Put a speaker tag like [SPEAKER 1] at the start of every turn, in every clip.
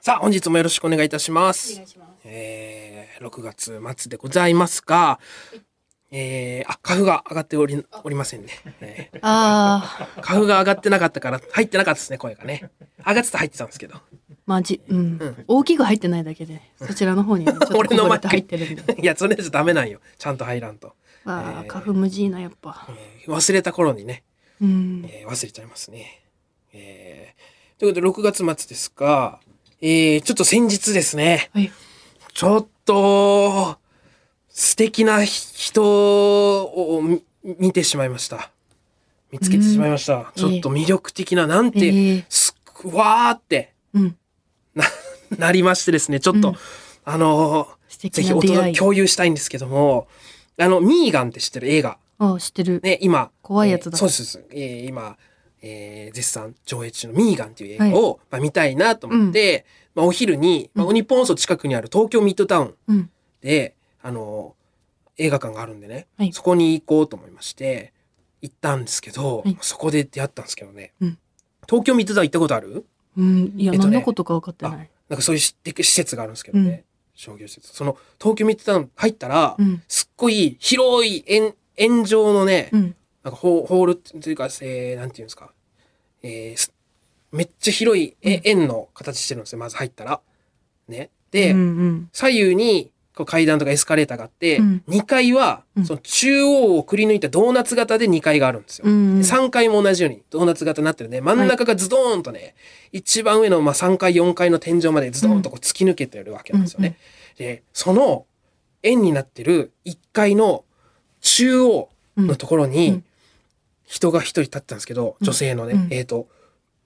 [SPEAKER 1] さあ、本日もよろしくお願いいたしま
[SPEAKER 2] お願
[SPEAKER 1] す
[SPEAKER 2] い。します。
[SPEAKER 1] えー、6月末でございますが、えー、あ、花粉が上がっており、おりませんね。えー
[SPEAKER 2] ああ、
[SPEAKER 1] 花粉が上がってなかったから、入ってなかったですね、声がね。上がってたら入ってたんですけど。
[SPEAKER 2] まじ、うん、大きく入ってないだけで、そちらの方に、ね、ちょっとこ
[SPEAKER 1] 俺の
[SPEAKER 2] ぼ
[SPEAKER 1] マ
[SPEAKER 2] れ
[SPEAKER 1] イク
[SPEAKER 2] て入ってるんで。
[SPEAKER 1] いや、それじゃダメなんよ。ちゃんと入らんと。
[SPEAKER 2] わあ、花粉無事な、やっぱ。
[SPEAKER 1] えー忘れた頃にね、
[SPEAKER 2] うん。
[SPEAKER 1] えー忘れちゃいますね。えー、ということで、6月末ですが、えー、ちょっと先日ですね、
[SPEAKER 2] はい。
[SPEAKER 1] ちょっと、素敵な人を見見てしまいました。見つけてしまいました。
[SPEAKER 2] え
[SPEAKER 1] ちょっと魅力的な、なんて、
[SPEAKER 2] ええ
[SPEAKER 1] すっわーって
[SPEAKER 2] うん。
[SPEAKER 1] な、なりましてですね、ちょっと、
[SPEAKER 2] うん
[SPEAKER 1] あのー
[SPEAKER 2] 素敵
[SPEAKER 1] ぜひ
[SPEAKER 2] な
[SPEAKER 1] お
[SPEAKER 2] 出会
[SPEAKER 1] 届
[SPEAKER 2] い
[SPEAKER 1] け。共有したいんですけども、あの、ミーガンって知ってる映画。
[SPEAKER 2] ああ、知ってる。
[SPEAKER 1] ね、今。
[SPEAKER 2] 怖いやつだ
[SPEAKER 1] えーそうですそうです。えー今、えー絶賛上映中のミーガンっていう映画を、まあ、見たいなと思って、まあ、お昼に、まあ、日本放送近くにある東京ミッドタウン
[SPEAKER 2] うん。
[SPEAKER 1] で、あのー映画館があるんでね、
[SPEAKER 2] はい
[SPEAKER 1] そこに行こうと思いまして、行ったんですけど、
[SPEAKER 2] はい
[SPEAKER 1] そこで出会ったんですけどね、
[SPEAKER 2] うん
[SPEAKER 1] 東京ミッドタウン行ったことある
[SPEAKER 2] うん。いや、
[SPEAKER 1] えっとね
[SPEAKER 2] 何のことか分かってない。
[SPEAKER 1] なんかそういうし施設があるんですけどね、
[SPEAKER 2] うん
[SPEAKER 1] 商業施設。その東京ミッドタウン入ったら、
[SPEAKER 2] うん。
[SPEAKER 1] すっごい広い円、円状のね、
[SPEAKER 2] うん。
[SPEAKER 1] なんかホホールというか、えー、なんていうんですか、えーすめっちゃ広いえ円の形してるんですよ、まず入ったら。ね。で、
[SPEAKER 2] うんうん。
[SPEAKER 1] 左右にこう階段とかエスカレーターがあって、
[SPEAKER 2] うん
[SPEAKER 1] 2階は
[SPEAKER 2] う、ん
[SPEAKER 1] その中央をくり抜いたドーナツ型で2階があるんですよ。
[SPEAKER 2] うんうん。
[SPEAKER 1] 3階も同じようにドーナツ型になってるね。真ん中がズドーンとね、一番上のまあ3階、4階の天井までズドーンとこう突き抜けてるわけなんですよね。で、その円になってる1階の中央のところ
[SPEAKER 2] うんう
[SPEAKER 1] に
[SPEAKER 2] ん
[SPEAKER 1] 人が一人立ってたんですけど、
[SPEAKER 2] うん
[SPEAKER 1] 女性のね、
[SPEAKER 2] うん
[SPEAKER 1] えっ、と、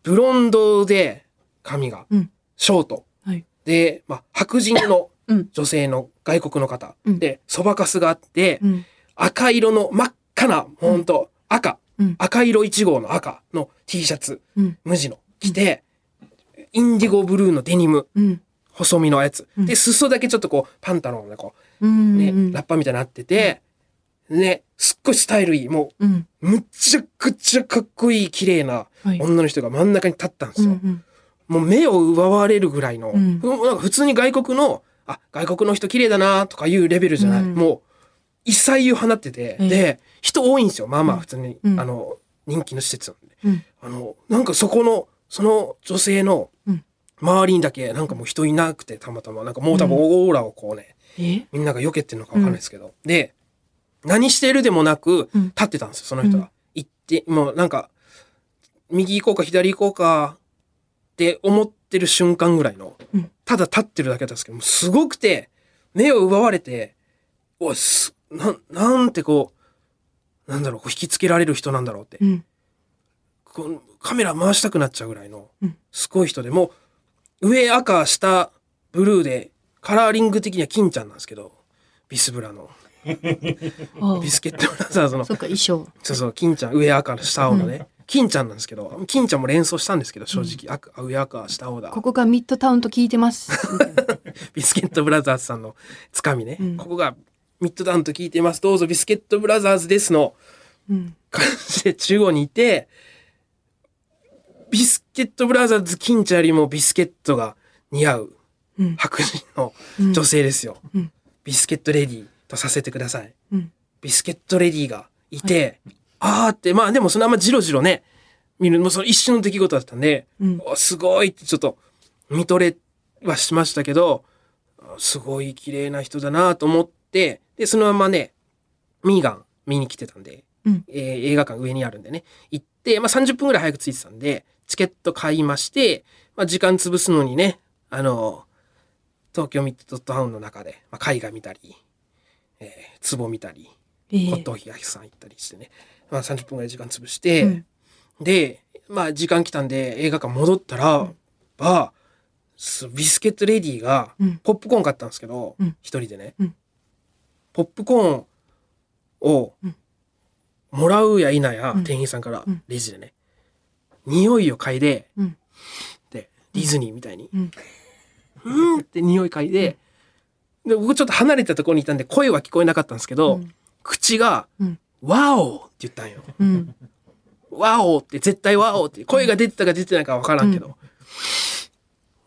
[SPEAKER 1] ブロンドで髪が、
[SPEAKER 2] うん
[SPEAKER 1] ショート。
[SPEAKER 2] はい
[SPEAKER 1] で、まあ、白人の
[SPEAKER 2] うん
[SPEAKER 1] 女性の外国の方、
[SPEAKER 2] うん
[SPEAKER 1] で、そばかすがあって、
[SPEAKER 2] うん。
[SPEAKER 1] 赤色の真っ赤な、ほんと、赤、
[SPEAKER 2] うん
[SPEAKER 1] 赤色1号の赤の T シャツ、
[SPEAKER 2] うん。
[SPEAKER 1] 無地の着て、インディゴブルーのデニム、
[SPEAKER 2] うん。
[SPEAKER 1] 細身のやつ。
[SPEAKER 2] うん
[SPEAKER 1] で、裾だけちょっとこう、パンタロンでこ
[SPEAKER 2] う
[SPEAKER 1] う、
[SPEAKER 2] ん。
[SPEAKER 1] ね、
[SPEAKER 2] うん
[SPEAKER 1] ラッパみたいになってて、ね、すっごいスタイルいい、も
[SPEAKER 2] うん。
[SPEAKER 1] う、むちゃくちゃかっこいい、綺麗な
[SPEAKER 2] はい。
[SPEAKER 1] 女の人が真ん中に立ったんで
[SPEAKER 2] う
[SPEAKER 1] す
[SPEAKER 2] ん
[SPEAKER 1] よ。
[SPEAKER 2] うん。
[SPEAKER 1] もう目を奪われるぐらいの、
[SPEAKER 2] うん
[SPEAKER 1] もうなんか普通に外国の、あ、外国の人綺麗だなとかいうレベルじゃない。
[SPEAKER 2] うん
[SPEAKER 1] もう、一切を放ってて、
[SPEAKER 2] ええ
[SPEAKER 1] で、人多いんですよ。まあまあ普通に、
[SPEAKER 2] うん
[SPEAKER 1] あの、人気の施設なんで。
[SPEAKER 2] うん。
[SPEAKER 1] あの、なんかそこの、その女性の
[SPEAKER 2] うん
[SPEAKER 1] 周りにだけ、なんかもう人いなくて、たまたま、なんかもう多分オーラをこうね、
[SPEAKER 2] え
[SPEAKER 1] みんなが避けてるのかわかんないですけど。で、何してるでもなく、
[SPEAKER 2] うん
[SPEAKER 1] 立ってたんですよ、その人
[SPEAKER 2] う
[SPEAKER 1] が。行って、もうなんか、右行こうか左行こうかって思ってる瞬間ぐらいの、
[SPEAKER 2] うん
[SPEAKER 1] ただ立ってるだけだったんですけど、もうすごくて、目を奪われて、おい、す、なん、なんてこう、なんだろう、こう引きつけられる人なんだろうって、
[SPEAKER 2] うん。
[SPEAKER 1] こうカメラ回したくなっちゃうぐらいの
[SPEAKER 2] うん、
[SPEAKER 1] すごい人で、もう、上赤、下、ブルーで、カラーリング的には金ちゃんなんですけど、ビスブラの、
[SPEAKER 2] ああ
[SPEAKER 1] ビ。スケットブラザーズの
[SPEAKER 2] そっか、衣装。
[SPEAKER 1] そうそう、金ちゃん、上赤の下青のね。金ちゃんなんですけど、金ちゃんも連想したんですけど、正直、赤あ上赤、下青だ。
[SPEAKER 2] ここがミッドタウンと聞い てます。みたいな
[SPEAKER 1] ビスケットブラザーズさんのつかみね。
[SPEAKER 2] うん
[SPEAKER 1] ここがミッドダウンと聞いてます。どうぞビスケットブラザーズですの
[SPEAKER 2] うん。
[SPEAKER 1] 感じで中央にいて、ビスケットブラザーズ金ちゃんよりもビスケットが似合う
[SPEAKER 2] うん。
[SPEAKER 1] 白人の
[SPEAKER 2] うん
[SPEAKER 1] 女性ですよ。
[SPEAKER 2] うん
[SPEAKER 1] ビスケットレディーとさせてください。
[SPEAKER 2] うん。
[SPEAKER 1] ビスケットレディがいて、あーって、まあでもそのあんまじろじろね、見る、もうその一瞬の出来事だったんで、
[SPEAKER 2] うん。
[SPEAKER 1] おすごいってちょっと見とれはしましたけど、あすごい綺麗な人だなと思って、で、そのままね、ミーガン見に来てたんで、
[SPEAKER 2] うん
[SPEAKER 1] えー映画館上にあるんでね、行って、まあ30分ぐらい早く着いてたんで、チケット買いまして、まあ時間潰すのにね、あの、東京ミッドタウンの中で、まあ、絵画見たり、えー、壺見たり、
[SPEAKER 2] ええ
[SPEAKER 1] 骨董品屋さん行ったりしてね、まあ、30分ぐらい時間潰して、
[SPEAKER 2] うん
[SPEAKER 1] で、まあ、時間来たんで映画館戻ったら、ばすビスケットレディが
[SPEAKER 2] うん
[SPEAKER 1] ポップコーン買ったんですけど
[SPEAKER 2] うん
[SPEAKER 1] 一、人でね、
[SPEAKER 2] うん
[SPEAKER 1] ポップコーンを
[SPEAKER 2] うん
[SPEAKER 1] もらうや否や、
[SPEAKER 2] うん
[SPEAKER 1] 店員さんから
[SPEAKER 2] うん
[SPEAKER 1] レジでね、匂いを嗅いで
[SPEAKER 2] うん。
[SPEAKER 1] でディズニーみたいに
[SPEAKER 2] うん。
[SPEAKER 1] 「うん」って匂い嗅いで,、で僕ちょっと離れたところにいたんで声は聞こえなかったんですけど、
[SPEAKER 2] うん
[SPEAKER 1] 口が
[SPEAKER 2] うん。
[SPEAKER 1] 「ワオ!」って言ったんよ。
[SPEAKER 2] うん。
[SPEAKER 1] ワオって絶対ワオって声が出てたか出てないかわからんけど、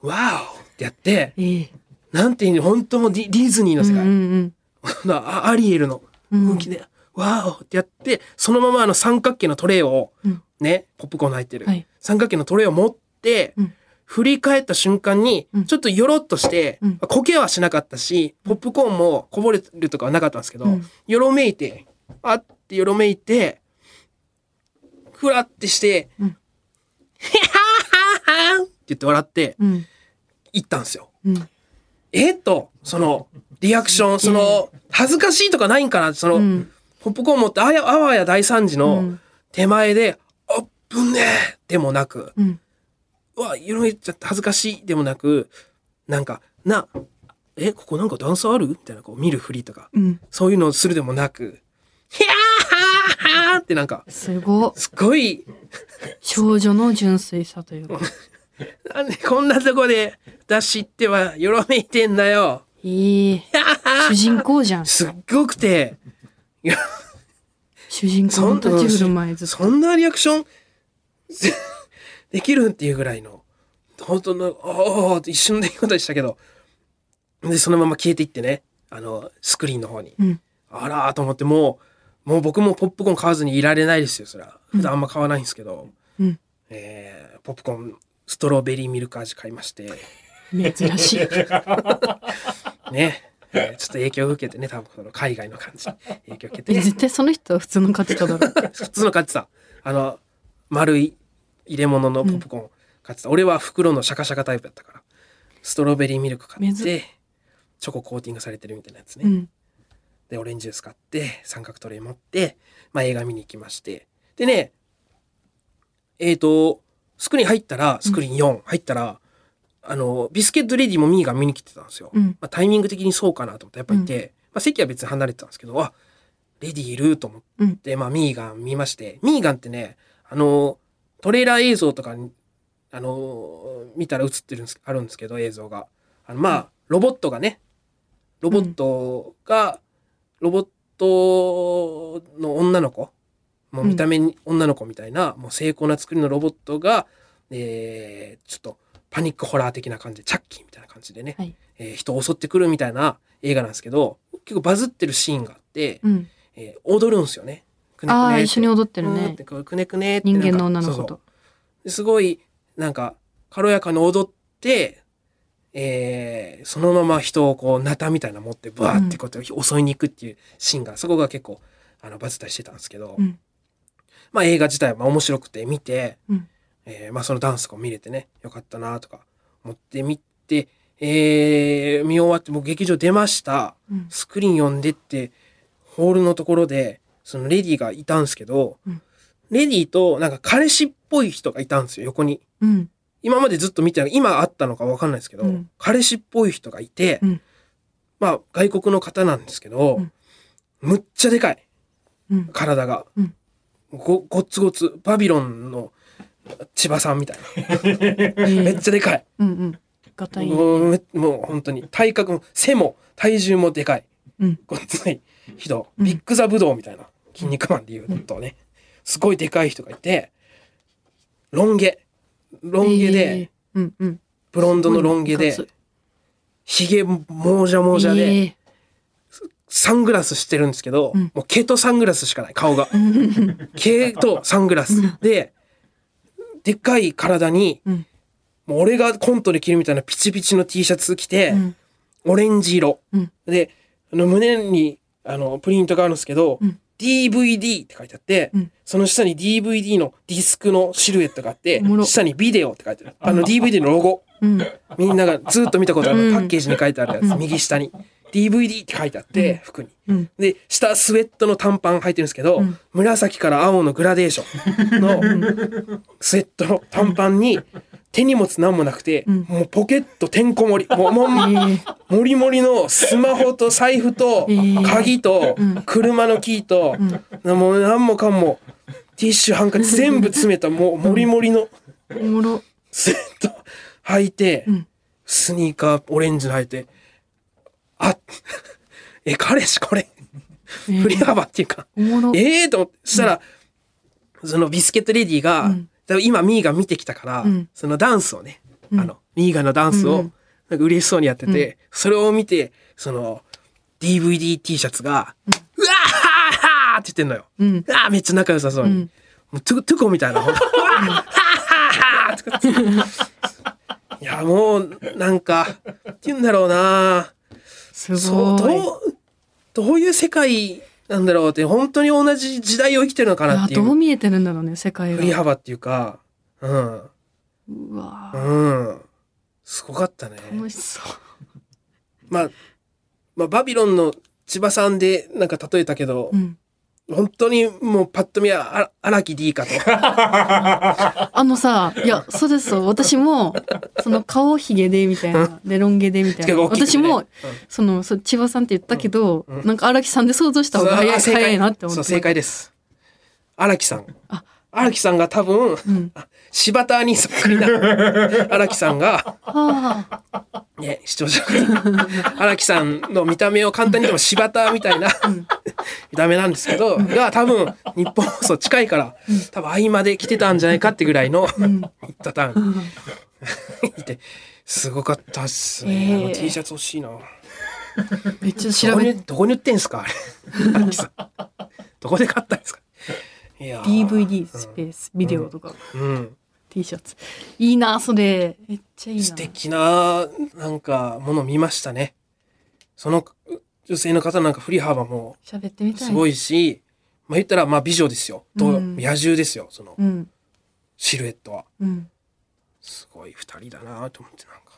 [SPEAKER 1] ワオっってやって、
[SPEAKER 2] ええ。
[SPEAKER 1] なんていうの、本当もうディディズニーの世界。
[SPEAKER 2] うん うん
[SPEAKER 1] あアリエルの
[SPEAKER 2] うん。
[SPEAKER 1] 向きで、わーおってやって、そのままあの三角形のトレイを、
[SPEAKER 2] うん
[SPEAKER 1] ね、ポップコーンの入ってる、
[SPEAKER 2] はい
[SPEAKER 1] 三角形のトレイを持って、
[SPEAKER 2] うん
[SPEAKER 1] 振り返った瞬間に
[SPEAKER 2] うん、
[SPEAKER 1] ちょっとよろっとして、
[SPEAKER 2] うん
[SPEAKER 1] こけはしなかったし、ポップコーンもこぼれるとかはなかったんですけど、
[SPEAKER 2] うん
[SPEAKER 1] よろめいて、あってよろめいて、ふらってして、
[SPEAKER 2] うん
[SPEAKER 1] へはははって言って笑って、
[SPEAKER 2] うん
[SPEAKER 1] 行ったんですよ。
[SPEAKER 2] うん
[SPEAKER 1] えっと、その、リアクション、その、恥ずかしいとかないんかなその、
[SPEAKER 2] うん
[SPEAKER 1] ポップコーン持ってあや、あわや大惨事
[SPEAKER 2] う
[SPEAKER 1] の
[SPEAKER 2] ん
[SPEAKER 1] 手前で、あっぶねえでもなく、
[SPEAKER 2] うん
[SPEAKER 1] うわ、色めっちゃって恥ずかしいでもなく、なんか、な、え、ここなんか段差あるみたいな、こう見るふりとか、
[SPEAKER 2] うん
[SPEAKER 1] そういうのをするでもなく、ひゃーはーってなんか、
[SPEAKER 2] すごっ
[SPEAKER 1] すごい、
[SPEAKER 2] 少女の純粋さというか
[SPEAKER 1] なんでこんなとこで、私っては、よろめいてんだよ。
[SPEAKER 2] いい主人公じゃん
[SPEAKER 1] すっごくて、
[SPEAKER 2] 主人公
[SPEAKER 1] そ
[SPEAKER 2] の
[SPEAKER 1] んな
[SPEAKER 2] 立ち振る舞いずっと
[SPEAKER 1] そんなリアクション できるっていうぐらいの、本当の、おーって一瞬でいいことでしたけど、で、そのまま消えていってね、あの、スクリーンの方に。
[SPEAKER 2] うん
[SPEAKER 1] あらーと思って、もう、もう僕もポップコーン買わずにいられないですよ、そら。普段あんま買わないんですけど、
[SPEAKER 2] うん
[SPEAKER 1] えーポップコーン、ストロベリーミルク味買いまして、
[SPEAKER 2] 珍しい
[SPEAKER 1] ね。えーちょっと影響を受けてね、多分その海外の感じ、影響を受けて
[SPEAKER 2] え。絶対その人は普通の方だろう
[SPEAKER 1] 普通の買ってたあの丸い入れ物のポップコーン買ってた、俺は袋のシャカシャカタイプだったからストロベリーミルク買っ
[SPEAKER 2] 珍
[SPEAKER 1] てチョココーティングされてるみたいなやつね、
[SPEAKER 2] うん
[SPEAKER 1] でオレンジジュース買って三角トレイ持って、まあ、映画見に行きましてでねえっ、とスクリーン入ったらスクリーン4入ったら、あのビスケットレディもミーが見に来てたんですよ、
[SPEAKER 2] うん
[SPEAKER 1] まあ、タイミング的にそうかなと思ってやっぱいて、まあ、席は別に離れてたんですけどあレディいると思って、まあ、ミーガン見ましてミーガンってねあのトレーラー映像とかにあの見たら映ってるんですあるんですけど映像があのまあ、ロボットがねロボットが、ロボットの女の子もう見た目に女の子みたいな、もう精巧な作りのロボットが、えーちょっとパニックホラー的な感じでチャッキーみたいな感じでね、
[SPEAKER 2] はい
[SPEAKER 1] えー人を襲ってくるみたいな映画なんですけど結構バズってるシーンがあって、
[SPEAKER 2] うん
[SPEAKER 1] えー踊るんですよね。くねくね
[SPEAKER 2] ああ
[SPEAKER 1] って
[SPEAKER 2] 一緒に踊ってる
[SPEAKER 1] うーんっ
[SPEAKER 2] ね
[SPEAKER 1] てこうくねくねって
[SPEAKER 2] 人
[SPEAKER 1] なんか
[SPEAKER 2] 間の女の
[SPEAKER 1] そ
[SPEAKER 2] 子
[SPEAKER 1] うそう
[SPEAKER 2] と
[SPEAKER 1] ですごい、なんか、軽やかに踊って、えーそのまま人をこう、なたみたいなの持って、バーってこうやって襲いに行くっていうシーンが、そこが結構、あの、バズったりしてたんですけど、
[SPEAKER 2] うん
[SPEAKER 1] まあ映画自体はまあ面白くて見て、
[SPEAKER 2] うん
[SPEAKER 1] えーまあそのダンスとかも見れてね、よかったなとか思って見て、えー見終わって、もう劇場出ました。
[SPEAKER 2] うん
[SPEAKER 1] スクリーン読んでって、ホールのところで、そのレディがいたんですけど、
[SPEAKER 2] うん
[SPEAKER 1] レディとなんか彼氏っぽい人がいたんですよ、横に。
[SPEAKER 2] うん
[SPEAKER 1] 今までずっと見てない、今あったのかわかんないですけど、
[SPEAKER 2] うん
[SPEAKER 1] 彼氏っぽい人がいて、
[SPEAKER 2] うん
[SPEAKER 1] まあ外国の方なんですけど、
[SPEAKER 2] うん
[SPEAKER 1] むっちゃでかい、
[SPEAKER 2] うん
[SPEAKER 1] 体が。
[SPEAKER 2] うん
[SPEAKER 1] ご、ごっつごつ、バビロンの千葉さんみたいな。めっちゃでかい。
[SPEAKER 2] うんうんがたいね
[SPEAKER 1] もうめもう本当に体格も背も体重もでかい、
[SPEAKER 2] うん
[SPEAKER 1] ごっつい人
[SPEAKER 2] うん
[SPEAKER 1] ビッグザブドウみたいな筋肉マンでいうとねすごいでかい人がいてロン毛ロン毛で、
[SPEAKER 2] ええうんうん
[SPEAKER 1] ブロンドのロン毛で
[SPEAKER 2] すごい
[SPEAKER 1] ひげもじゃもじゃで、
[SPEAKER 2] ええ
[SPEAKER 1] サングラスしてるんですけど、
[SPEAKER 2] うん
[SPEAKER 1] もう毛とサングラスしかない顔が毛とサングラスででっかい体に
[SPEAKER 2] うん
[SPEAKER 1] もう俺がコントで着るみたいなピチピチの T シャツ着て、
[SPEAKER 2] うん
[SPEAKER 1] オレンジ色。
[SPEAKER 2] うん
[SPEAKER 1] で、あの胸にあのプリントがあるんですけど、
[SPEAKER 2] うん
[SPEAKER 1] DVD って書いてあって、
[SPEAKER 2] うん
[SPEAKER 1] その下に DVD のディスクのシルエットがあって
[SPEAKER 2] おも、ろ
[SPEAKER 1] 下にビデオって書いてある。あの DVD のロゴ。
[SPEAKER 2] うん
[SPEAKER 1] みんながずっと見たことある、
[SPEAKER 2] うん
[SPEAKER 1] パッケージに書いてあるやつ、
[SPEAKER 2] うん
[SPEAKER 1] 右下に。DVD って書いてあって、
[SPEAKER 2] うん
[SPEAKER 1] 服に。
[SPEAKER 2] うん
[SPEAKER 1] で、下スウェットの短パン履いてるんですけど、
[SPEAKER 2] うん
[SPEAKER 1] 紫から青のグラデーションのスウェットの短パンに、手荷物なんもなくて、
[SPEAKER 2] うん
[SPEAKER 1] もうポケットてんこ盛り。もう、もう、
[SPEAKER 2] え
[SPEAKER 1] もりもりのスマホと財布と
[SPEAKER 2] えー
[SPEAKER 1] 鍵と
[SPEAKER 2] うん
[SPEAKER 1] 車のキーともう何もかもティッシュハンカチ全部詰めたもうもりもりの
[SPEAKER 2] えおもろ
[SPEAKER 1] スウェット履いて
[SPEAKER 2] うん
[SPEAKER 1] スニーカーオレンジの履いてあえ彼氏これ
[SPEAKER 2] ええ
[SPEAKER 1] 振り幅っていうか
[SPEAKER 2] おもろ
[SPEAKER 1] ええと思ってそしたらそのビスケットレディが
[SPEAKER 2] うん
[SPEAKER 1] 多分今ミーが見てきたから
[SPEAKER 2] うん
[SPEAKER 1] そのダンスをね
[SPEAKER 2] うん
[SPEAKER 1] あのミーガのダンス
[SPEAKER 2] う
[SPEAKER 1] を
[SPEAKER 2] ん
[SPEAKER 1] なんか嬉しそうにやってて、それを見て、その、DVD T シャツが、うわーって言ってんのよ。
[SPEAKER 2] うん。
[SPEAKER 1] うわーめっちゃ仲良さそう
[SPEAKER 2] う
[SPEAKER 1] に。
[SPEAKER 2] ん。
[SPEAKER 1] もうトゥトゥコみ たいな。ほんとうわーはーはーとか言っていや、もう、なんか、って言うんだろうな
[SPEAKER 2] すごい。
[SPEAKER 1] そう、どう、どういう世界なんだろうって、本当に同じ時代を生きてるのかな
[SPEAKER 2] あ
[SPEAKER 1] ってい
[SPEAKER 2] どう
[SPEAKER 1] う、
[SPEAKER 2] 見えてるんだろうね、世界
[SPEAKER 1] 振り
[SPEAKER 2] が。
[SPEAKER 1] 幅っていうか、うん。
[SPEAKER 2] うわぁ
[SPEAKER 1] うん。すごかったね。
[SPEAKER 2] 楽しそう。
[SPEAKER 1] まあ、まあ、バビロンの千葉さんでなんか例えたけど
[SPEAKER 2] う、ん。
[SPEAKER 1] 本当にもうパッと見はあ荒木 D かと。
[SPEAKER 2] あのさ、いや、そうですよ。私も、その顔ひげで、みたいな。で、ロン毛で、みたい
[SPEAKER 1] 結
[SPEAKER 2] な。
[SPEAKER 1] 構大きくね
[SPEAKER 2] 私
[SPEAKER 1] う
[SPEAKER 2] も
[SPEAKER 1] ん、
[SPEAKER 2] その、そう千葉さんって言ったけど、
[SPEAKER 1] うんうん
[SPEAKER 2] なんか荒木さんで想像した方が早い、
[SPEAKER 1] そうあ
[SPEAKER 2] 早いなって思っ
[SPEAKER 1] そ
[SPEAKER 2] て。
[SPEAKER 1] う、正解です。荒木さん
[SPEAKER 2] あ。
[SPEAKER 1] 荒木さんが多分、
[SPEAKER 2] うん。
[SPEAKER 1] 柴田兄さんそっくりな 荒木さんが、
[SPEAKER 2] ああ。
[SPEAKER 1] ね、視聴者の 方荒木さんの見た目を簡単に言っても柴田みたいな見た目なんですけど、が多分、日本放送近いから、多分合間で来てたんじゃないかってぐらいの、たたん。いて、すごかったっすね。
[SPEAKER 2] ええ
[SPEAKER 1] あの T シャツ欲しいな。
[SPEAKER 2] めっちゃ
[SPEAKER 1] ど
[SPEAKER 2] 調
[SPEAKER 1] こ
[SPEAKER 2] べ
[SPEAKER 1] に
[SPEAKER 2] て。
[SPEAKER 1] どこに売ってんすかあれ。 荒木さんどこで買ったんですかいやー
[SPEAKER 2] DVD、スペース、ビデオとか、
[SPEAKER 1] うん。
[SPEAKER 2] T シャツ。いいな、それ。めっちゃいいな。
[SPEAKER 1] 素敵な、なんか、もの見ましたね。その、女性の方なんか振り幅も
[SPEAKER 2] 喋ってみたい。
[SPEAKER 1] すご
[SPEAKER 2] い。
[SPEAKER 1] いし、まあ言ったら、まあ美女ですよ。と、
[SPEAKER 2] うん
[SPEAKER 1] 野獣ですよ、その
[SPEAKER 2] うん。
[SPEAKER 1] シルエットは。
[SPEAKER 2] うん。
[SPEAKER 1] すごい二人だなと思って、なんか、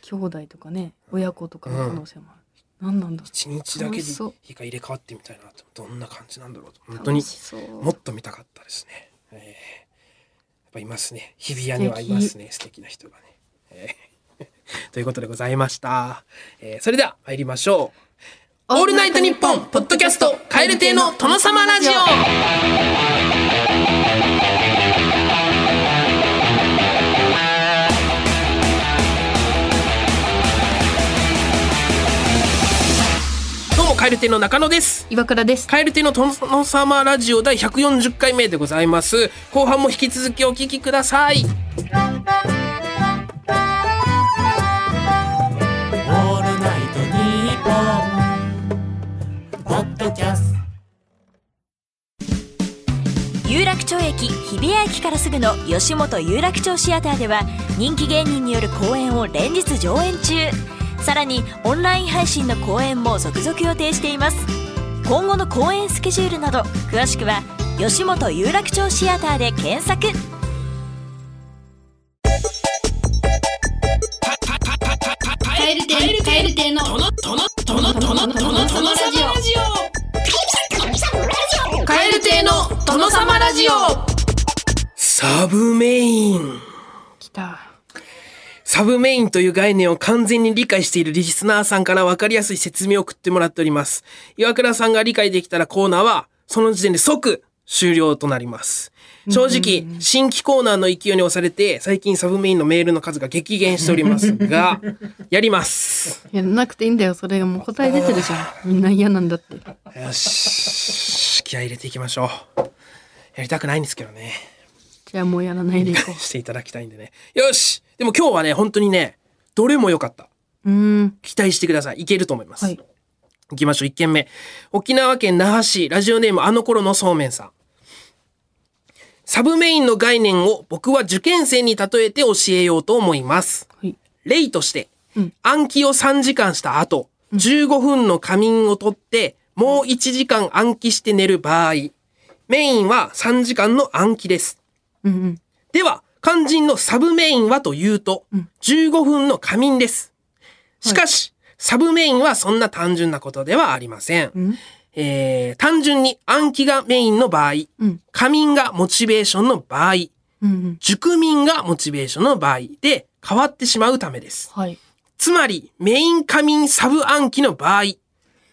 [SPEAKER 2] 兄弟とかね、親子とかの可能性もある。何なんだろう
[SPEAKER 1] 一日だけで
[SPEAKER 2] 楽しそう
[SPEAKER 1] 日が入れ替わってみたいなと、どんな感じなんだろうと、本当
[SPEAKER 2] 楽
[SPEAKER 1] に
[SPEAKER 2] しそう
[SPEAKER 1] もっと見たかったですね。えーやっぱいますね。日比谷にはいますね。素敵な人がね。えー ということでございました。えーそれでは参りましょう。オールナイトニッポンポッドキャスト蛙亭の殿様ラジオ。どうも蛙亭の中野です。
[SPEAKER 2] 岩倉です。
[SPEAKER 1] カエル亭の殿様ラジオ第140回目でございます。後半も引き続きお聞きください。
[SPEAKER 3] オールナイトニッポン」ポッドキャスト
[SPEAKER 4] 有楽町駅日比谷駅からすぐの吉本有楽町シアターでは人気芸人による公演を連日上演中さらにオンライン配信の公演も続々予定しています今後の公演スケジュールなど詳しくは吉本有楽町シアターで検索
[SPEAKER 1] カエル亭の殿様ラジオ。サブメイン。
[SPEAKER 2] 来た。
[SPEAKER 1] サブメインという概念を完全に理解しているリスナーさんから分かりやすい説明を送ってもらっております。岩倉さんが理解できたらコーナーは、その時点で即終了となります。正直、新規コーナーの勢いに押されて、最近サブメインのメールの数が激減しておりますが、やります。
[SPEAKER 2] いや、なくていいんだよ。それがもう答え出てるじゃん。みんな嫌なんだって。
[SPEAKER 1] よし。気合い入れていきましょう。やりたくないんですけどね。
[SPEAKER 2] じゃあもうやらないでいこ
[SPEAKER 1] していただきたいんでね。よしでも今日はね、本当にね、どれも良かった。
[SPEAKER 2] う。 うーん。
[SPEAKER 1] 期待してください。いけると思います。
[SPEAKER 2] はい。
[SPEAKER 1] 行きましょう。1件目。沖縄県那覇市、ラジオネームあの頃のそうめんさん。サブメインの概念を僕は受験生に例えて教えようと思います。
[SPEAKER 2] はい。
[SPEAKER 1] 例として、
[SPEAKER 2] うん
[SPEAKER 1] 暗記を3時間した後、15分の仮眠を取って、もう1時間暗記して寝る場合、メインは3時間の暗記です。
[SPEAKER 2] うんうん。
[SPEAKER 1] では、肝心のサブメインはというと、15分の仮眠です。しかし、サブメインはそんな単純なことではありません。
[SPEAKER 2] ん
[SPEAKER 1] えー、単純に暗記がメインの場合、
[SPEAKER 2] うん
[SPEAKER 1] 仮眠がモチベーションの場合、
[SPEAKER 2] うんうん。
[SPEAKER 1] 熟眠がモチベーションの場合で変わってしまうためです。
[SPEAKER 2] はい。
[SPEAKER 1] つまり、メイン仮眠サブ暗記の場合、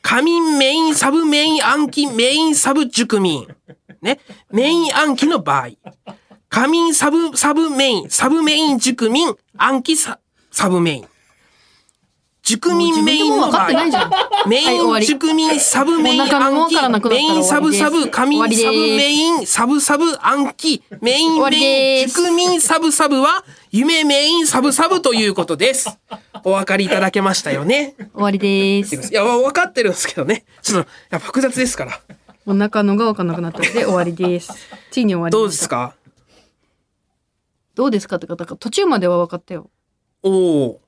[SPEAKER 1] 仮眠メインサブメイン暗記メインサブ熟眠。ね。メイン暗記の場合、仮眠サブサブメインサブメイン熟眠暗記ササブメイン。熟民メイン
[SPEAKER 2] も
[SPEAKER 1] の
[SPEAKER 2] う自分でも
[SPEAKER 1] 場
[SPEAKER 2] 分かってな
[SPEAKER 1] 合
[SPEAKER 2] いじゃん。
[SPEAKER 1] メ
[SPEAKER 2] はい
[SPEAKER 1] イン、
[SPEAKER 2] 終わり
[SPEAKER 1] 熟民、サブメイン、
[SPEAKER 2] もう中身も
[SPEAKER 1] 暗
[SPEAKER 2] わからな
[SPEAKER 1] 記、
[SPEAKER 2] くな
[SPEAKER 1] メ
[SPEAKER 2] ったら
[SPEAKER 1] イン、サブ、サブ、
[SPEAKER 2] 終わ
[SPEAKER 1] 仮
[SPEAKER 2] り
[SPEAKER 1] ン
[SPEAKER 2] です
[SPEAKER 1] サブ、メイン、サブ、サブ、暗記、メイ
[SPEAKER 2] 終
[SPEAKER 1] ン、
[SPEAKER 2] わり
[SPEAKER 1] メイン、
[SPEAKER 2] です
[SPEAKER 1] 熟民、サブ、サブは、夢メイン、サブ、サブということです。お分かりいただけましたよね。
[SPEAKER 2] 終わりです。
[SPEAKER 1] いや、分かってるんですけどね。ちょっと、いや複雑ですから。
[SPEAKER 2] もう中野が分かんなくなったので終わりです。ついに終わり
[SPEAKER 1] どう
[SPEAKER 2] ま
[SPEAKER 1] で
[SPEAKER 2] し
[SPEAKER 1] す
[SPEAKER 2] た。
[SPEAKER 1] か
[SPEAKER 2] どうですかってか、だから途中までは分かったよ。
[SPEAKER 1] おお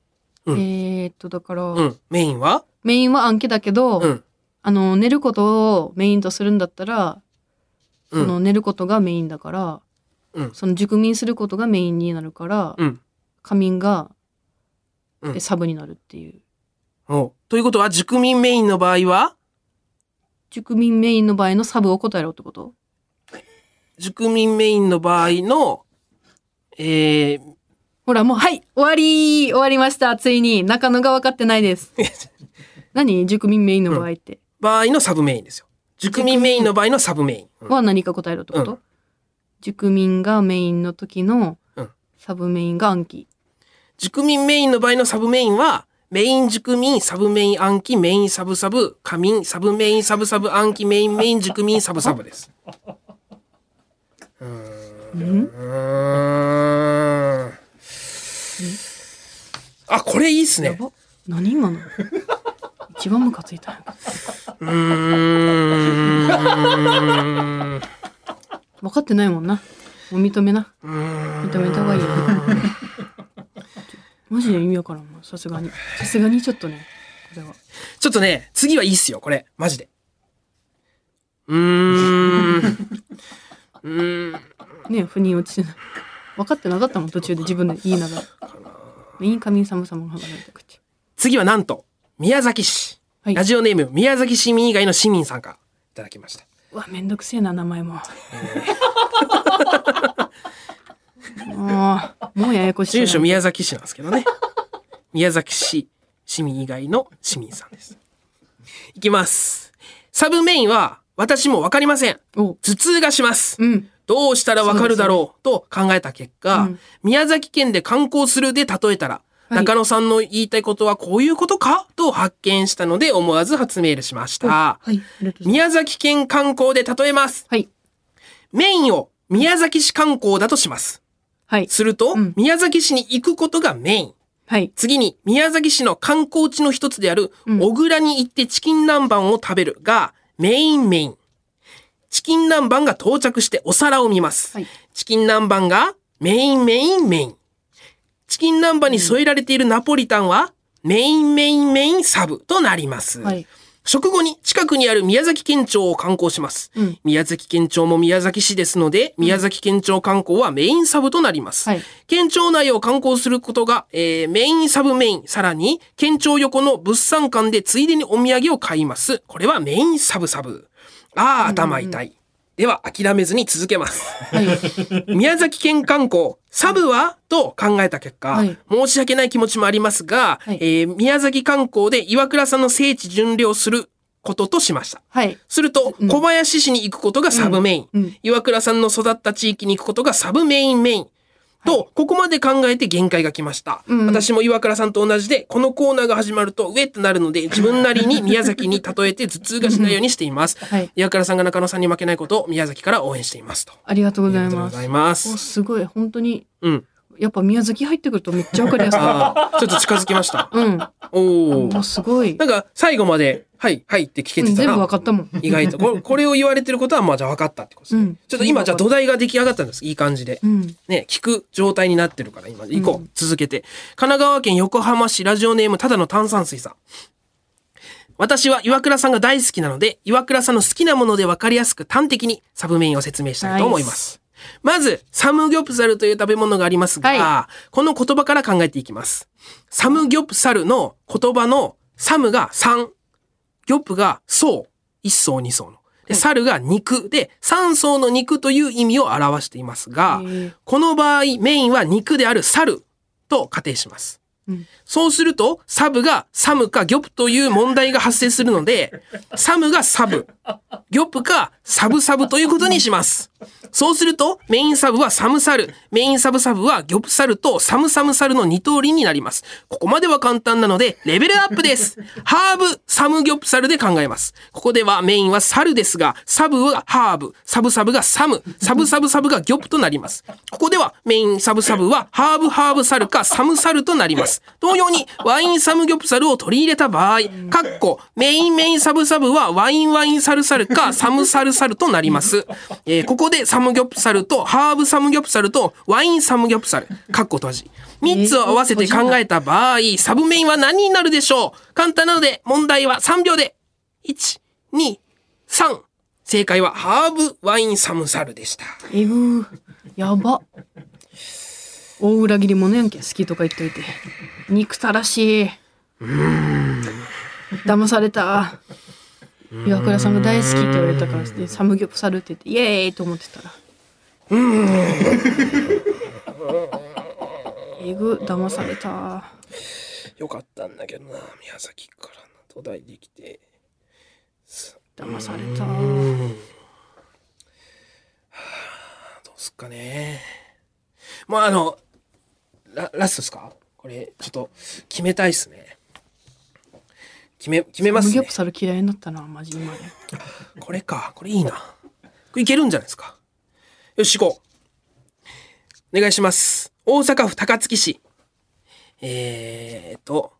[SPEAKER 1] うん
[SPEAKER 2] えーっと、だから、
[SPEAKER 1] ー。うん。メインは
[SPEAKER 2] メインは暗記だけど、
[SPEAKER 1] うん。
[SPEAKER 2] あの、寝ることをメインとするんだったら、
[SPEAKER 1] う
[SPEAKER 2] その
[SPEAKER 1] ん。
[SPEAKER 2] 寝ることがメインだから、
[SPEAKER 1] うん
[SPEAKER 2] その熟眠することがメインになるから、
[SPEAKER 1] うん。
[SPEAKER 2] 仮眠が、
[SPEAKER 1] うん
[SPEAKER 2] えサブになるっていう。
[SPEAKER 1] おうということは、熟民メインの場合は、
[SPEAKER 2] 熟眠メインの場合のサブを答えろってこと
[SPEAKER 1] 熟民メインの場合の、えー、
[SPEAKER 2] ほら、もう、はい終わり終わりましたついに中野が分かってないです。何熟眠メインの場合って。
[SPEAKER 1] 場合のサブメインですよ。熟民メインの場合のサブメイン。うん
[SPEAKER 2] は何か答えろってこと、
[SPEAKER 1] うん
[SPEAKER 2] 熟眠がメインの時の
[SPEAKER 1] うん
[SPEAKER 2] サブメインが暗記。
[SPEAKER 1] 熟民メインの場合のサブメインは、メイン熟民、サブメイン暗記、メインサブサブ、仮眠、サブメイン、サブサブ暗記、メインメイン熟民、サブサブです。うーん。うーんあ、これいいっす
[SPEAKER 2] や
[SPEAKER 1] ね。
[SPEAKER 2] ば。何今の一番ムカついたやん
[SPEAKER 1] うーん。
[SPEAKER 2] 分かってないもんな。もう認めな。
[SPEAKER 1] うーん
[SPEAKER 2] 認めた方がいいよ。マジで意味わからんもん、さすがに。さすがにちょっとね、これは。
[SPEAKER 1] ちょっとね、次はいいっすよ、これ。マジで。うーん。うーん。
[SPEAKER 2] ね、腑に落ちてない。分かってなかったもん、途中で自分で言いながら。メイン神様様が離れてくっちゃ
[SPEAKER 1] 次はなんと、宮崎市。
[SPEAKER 2] はい
[SPEAKER 1] ラジオネーム、宮崎市民以外の市民さんからいただきました。
[SPEAKER 2] う。うわ、めんどくせえな、名前も。 もう、もうややこしいな。
[SPEAKER 1] 住所宮崎市なんですけどね。 宮崎市市民以外の市民さんです。いきます。サブメインは、私もわかりません。
[SPEAKER 2] お
[SPEAKER 1] 頭痛がします。
[SPEAKER 2] うん。
[SPEAKER 1] どうしたらわかるだろうと考えた結果、
[SPEAKER 2] うん
[SPEAKER 1] 宮崎県で観光するで例えたら、
[SPEAKER 2] はい
[SPEAKER 1] 中野さんの言いたいことはこういうことかと発見したので思わず初メールしました。
[SPEAKER 2] はい、ありがとうございます。
[SPEAKER 1] 宮崎県観光で例えます。
[SPEAKER 2] はい。
[SPEAKER 1] メインを宮崎市観光だとします。
[SPEAKER 2] はい。
[SPEAKER 1] すると、
[SPEAKER 2] うん
[SPEAKER 1] 宮崎市に行くことがメイン。
[SPEAKER 2] はい。
[SPEAKER 1] 次に、宮崎市の観光地の一つである
[SPEAKER 2] う、ん
[SPEAKER 1] 小倉に行ってチキン南蛮を食べるが、メインメイン。チキン南蛮が到着してお皿を見ます。
[SPEAKER 2] はい。
[SPEAKER 1] チキン南蛮がメインメインメイン。チキン南蛮に添えられているナポリタンは、メインメインメインサブとなります。
[SPEAKER 2] はい。
[SPEAKER 1] 食後に近くにある宮崎県庁を観光します。
[SPEAKER 2] うん
[SPEAKER 1] 宮崎県庁も宮崎市ですので、宮崎県庁観光はメインサブとなります。
[SPEAKER 2] はい
[SPEAKER 1] 県庁内を観光することが、えーメインサブメイン、さらに県庁横の物産館でついでにお土産を買います。これはメインサブサブ。ああ、頭痛い。では諦めずに続けます。
[SPEAKER 2] はい。
[SPEAKER 1] 宮崎県観光、サブはと考えた結果、
[SPEAKER 2] はい
[SPEAKER 1] 申し訳ない気持ちもありますが、
[SPEAKER 2] はい
[SPEAKER 1] えー宮崎観光で岩倉さんの聖地巡礼をすることとしました。
[SPEAKER 2] はい。
[SPEAKER 1] すると、
[SPEAKER 2] うん
[SPEAKER 1] 小林市に行くことがサブメイン、
[SPEAKER 2] うんうん
[SPEAKER 1] 岩倉さんの育った地域に行くことがサブメインメイン。と、ここまで考えて限界が来ました。
[SPEAKER 2] うんうん
[SPEAKER 1] 私も岩倉さんと同じで、このコーナーが始まると、上ってなるので、自分なりに宮崎に例えて頭痛がしないようにしてい ます。
[SPEAKER 2] はい
[SPEAKER 1] 岩倉さんが中野さんに負けないことを宮崎から応援しています。と。
[SPEAKER 2] ありがとうご
[SPEAKER 1] あ
[SPEAKER 2] ざ
[SPEAKER 1] り
[SPEAKER 2] い
[SPEAKER 1] がとうご
[SPEAKER 2] ま
[SPEAKER 1] ざ
[SPEAKER 2] す
[SPEAKER 1] い。ま
[SPEAKER 2] お
[SPEAKER 1] す。
[SPEAKER 2] すごい本当に
[SPEAKER 1] うん。
[SPEAKER 2] やっぱ宮崎入ってくるとめっちゃわかりやすい。
[SPEAKER 1] ああ、ちょっと近づきました。
[SPEAKER 2] うん。
[SPEAKER 1] おお。
[SPEAKER 2] もうすごい
[SPEAKER 1] な。んか、最後まで、はい、はいって聞
[SPEAKER 2] う
[SPEAKER 1] け
[SPEAKER 2] ん
[SPEAKER 1] てた
[SPEAKER 2] 全部わ
[SPEAKER 1] ら、
[SPEAKER 2] かったもん。
[SPEAKER 1] 意外と。これこれを言われてることは、まあ、じゃあ分かったってことですね。
[SPEAKER 2] うん
[SPEAKER 1] ちょっと今、じゃあ土台が出来上がったんです。いい感じで
[SPEAKER 2] う。ん。
[SPEAKER 1] ね、聞く状態になってるから、今。行こう。
[SPEAKER 2] うん
[SPEAKER 1] 続けて。神奈川県横浜市ラジオネーム、ただの炭酸水さん。私は岩倉さんが大好きなので、岩倉さんの好きなもので分かりやすく端的にサブメインを説明したいと思います。まず、サムギョプサルという食べ物がありますが、
[SPEAKER 2] は
[SPEAKER 1] この言葉から考えていきます。サムギョプサルの言葉のサムが3、ギョプが層、1層2層の。で、サルが肉で、3層の肉という意味を表していますが、
[SPEAKER 2] へー
[SPEAKER 1] この場合、メインは肉であるサルと仮定します。
[SPEAKER 2] うん
[SPEAKER 1] そうすると、サブがサムかギョプという問題が発生するので、サムがサブ、ギョップかサブサブということにします。そうすると、メインサブはサムサル、メインサブサブはギョプサルとサムサムサルの二通りになります。ここまでは簡単なので、レベルアップです。ハーブ、サムギョプサルで考えます。ここではメインはサルですが、サブはハーブ、サブサブがサム、サブサブサブがギョプとなります。ここではメインサブサブはハーブハーブサルかサムサルとなります。同様に、ワインサムギョプサルを取り入れた場合、かっこ、メインメインサブサブはワインワインサルサルかサムサルサルとなります。えーここでサムギョプサルとハーブサムギョプサルとワインサムギョプサル、かっこ閉じ。3つを合わせて考えた場合、サブメインは何になるでしょう簡単なので、問題は3秒で。1、2、3。正解はハーブワインサムサルでした。
[SPEAKER 2] えぐーやば大裏切り者やんけ好きとか言っといて憎たらしい騙された岩倉さんが大好きって言われたからでサムギョプサルって言ってイエーイと思ってたらえぐ騙された
[SPEAKER 1] よかったんだけどな、宮崎からの土台できて。
[SPEAKER 2] 騙された
[SPEAKER 1] どうすっかね。まああの、ララストですかこれ、ちょっと、決めたいっすね。決め、決めま
[SPEAKER 2] サム
[SPEAKER 1] す
[SPEAKER 2] ギョ
[SPEAKER 1] ね
[SPEAKER 2] プ。サル嫌いになったなマジ今で
[SPEAKER 1] これか。これいいな。これいけるんじゃないですか。よし、行こう。お願いします。大阪府高槻市。えーっと、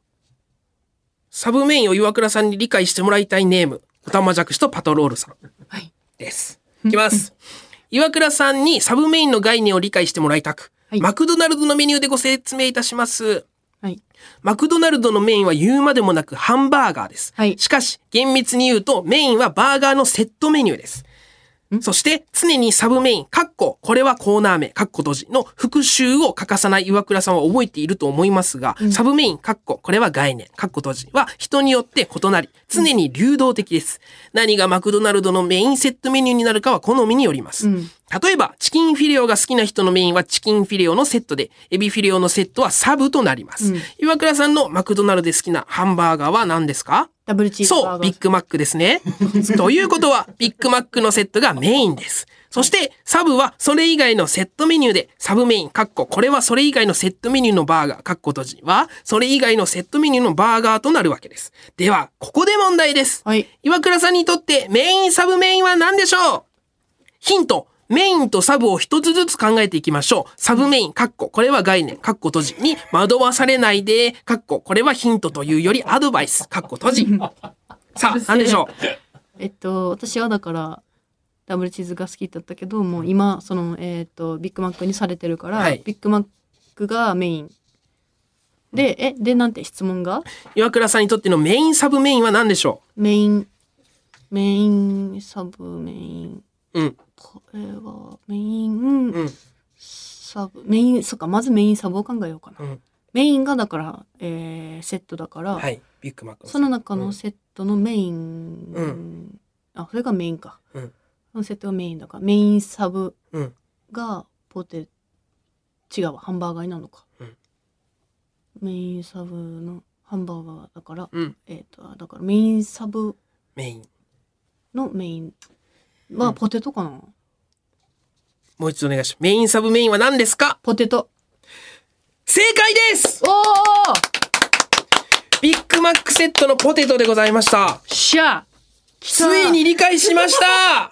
[SPEAKER 1] サブメインを岩倉さんに理解してもらいたいネーム、おたまじゃくしとパトロールさん。
[SPEAKER 2] はい
[SPEAKER 1] です。いきます。岩倉さんにサブメインの概念を理解してもらいたく、
[SPEAKER 2] はい
[SPEAKER 1] マクドナルドのメニューでご説明いたします。
[SPEAKER 2] はい
[SPEAKER 1] マクドナルドのメインは言うまでもなくハンバーガーです。
[SPEAKER 2] はい
[SPEAKER 1] しかし、厳密に言うとメインはバーガーのセットメニューです。そして、常にサブメイン、カッコ、これはコーナー名、カッコ閉じの復習を欠かさない岩倉さんは覚えていると思いますが、サブメイン、カッコ、これは概念、カッコ閉じは人によって異なり、常に流動的です。何がマクドナルドのメインセットメニューになるかは好みによります。
[SPEAKER 2] うん
[SPEAKER 1] 例えば、チキンフィレオが好きな人のメインはチキンフィレオのセットで、エビフィレオのセットはサブとなります。岩倉さんのマクドナルドで好きなハンバーガーは何ですか
[SPEAKER 2] ダブルチーズ
[SPEAKER 1] そ
[SPEAKER 2] バ
[SPEAKER 1] う、
[SPEAKER 2] ーガ
[SPEAKER 1] ビッ
[SPEAKER 2] ー
[SPEAKER 1] グマックです ね。ということは、ビッグマックのセットがメインです。そして、サブはそれ以外のセットメニューで、サブメイン、カッコ、これはそれ以外のセットメニューのバーガー、カッコ閉じは、それ以外のセットメニューのバーガーとなるわけです。では、ここで問題です。
[SPEAKER 2] はい
[SPEAKER 1] 岩倉さんにとってメイン、サブメインは何でしょうヒント。メインとサブを一つずつ考えていきましょう。サブメイン、カッコ、これは概念、カッコ閉じに惑わされないで、カッコ、これはヒントというよりアドバイス、カッコ閉じ。さあ、何でしょう
[SPEAKER 2] えっと私はだからダブルチーズが好きだったけどもう今そのえっとビッグマックにされてるから、
[SPEAKER 1] はい
[SPEAKER 2] ビッグマックがメインでえでなんて質問が
[SPEAKER 1] 岩倉さんにとってのメイン、サブメインは何でしょ
[SPEAKER 2] メインメインサブメイン
[SPEAKER 1] ううん。
[SPEAKER 2] これはメイン、
[SPEAKER 1] うん
[SPEAKER 2] サブメインそっかまずメインサブを考えようかな、
[SPEAKER 1] うん
[SPEAKER 2] メインがだから、えーセットだから、
[SPEAKER 1] はい。ビッグマックの
[SPEAKER 2] その中のセットのメイン、
[SPEAKER 1] うん
[SPEAKER 2] あそれがメインか、
[SPEAKER 1] うん
[SPEAKER 2] そのセットがメインだからメインサブ
[SPEAKER 1] うん
[SPEAKER 2] がポテ、違うわハンバーガーになるのか、
[SPEAKER 1] うん
[SPEAKER 2] メインサブのハンバーガーだから、
[SPEAKER 1] うん
[SPEAKER 2] えっ、とあだからメインサブ
[SPEAKER 1] メイン。
[SPEAKER 2] のメインはポテトかな、
[SPEAKER 1] もう一度お願いします。メイン、サブメインは何ですか
[SPEAKER 2] ポテト
[SPEAKER 1] 正解です
[SPEAKER 2] おお
[SPEAKER 1] ビッグマックセットのポテトでございました。
[SPEAKER 2] しゃ来た
[SPEAKER 1] ついに理解しました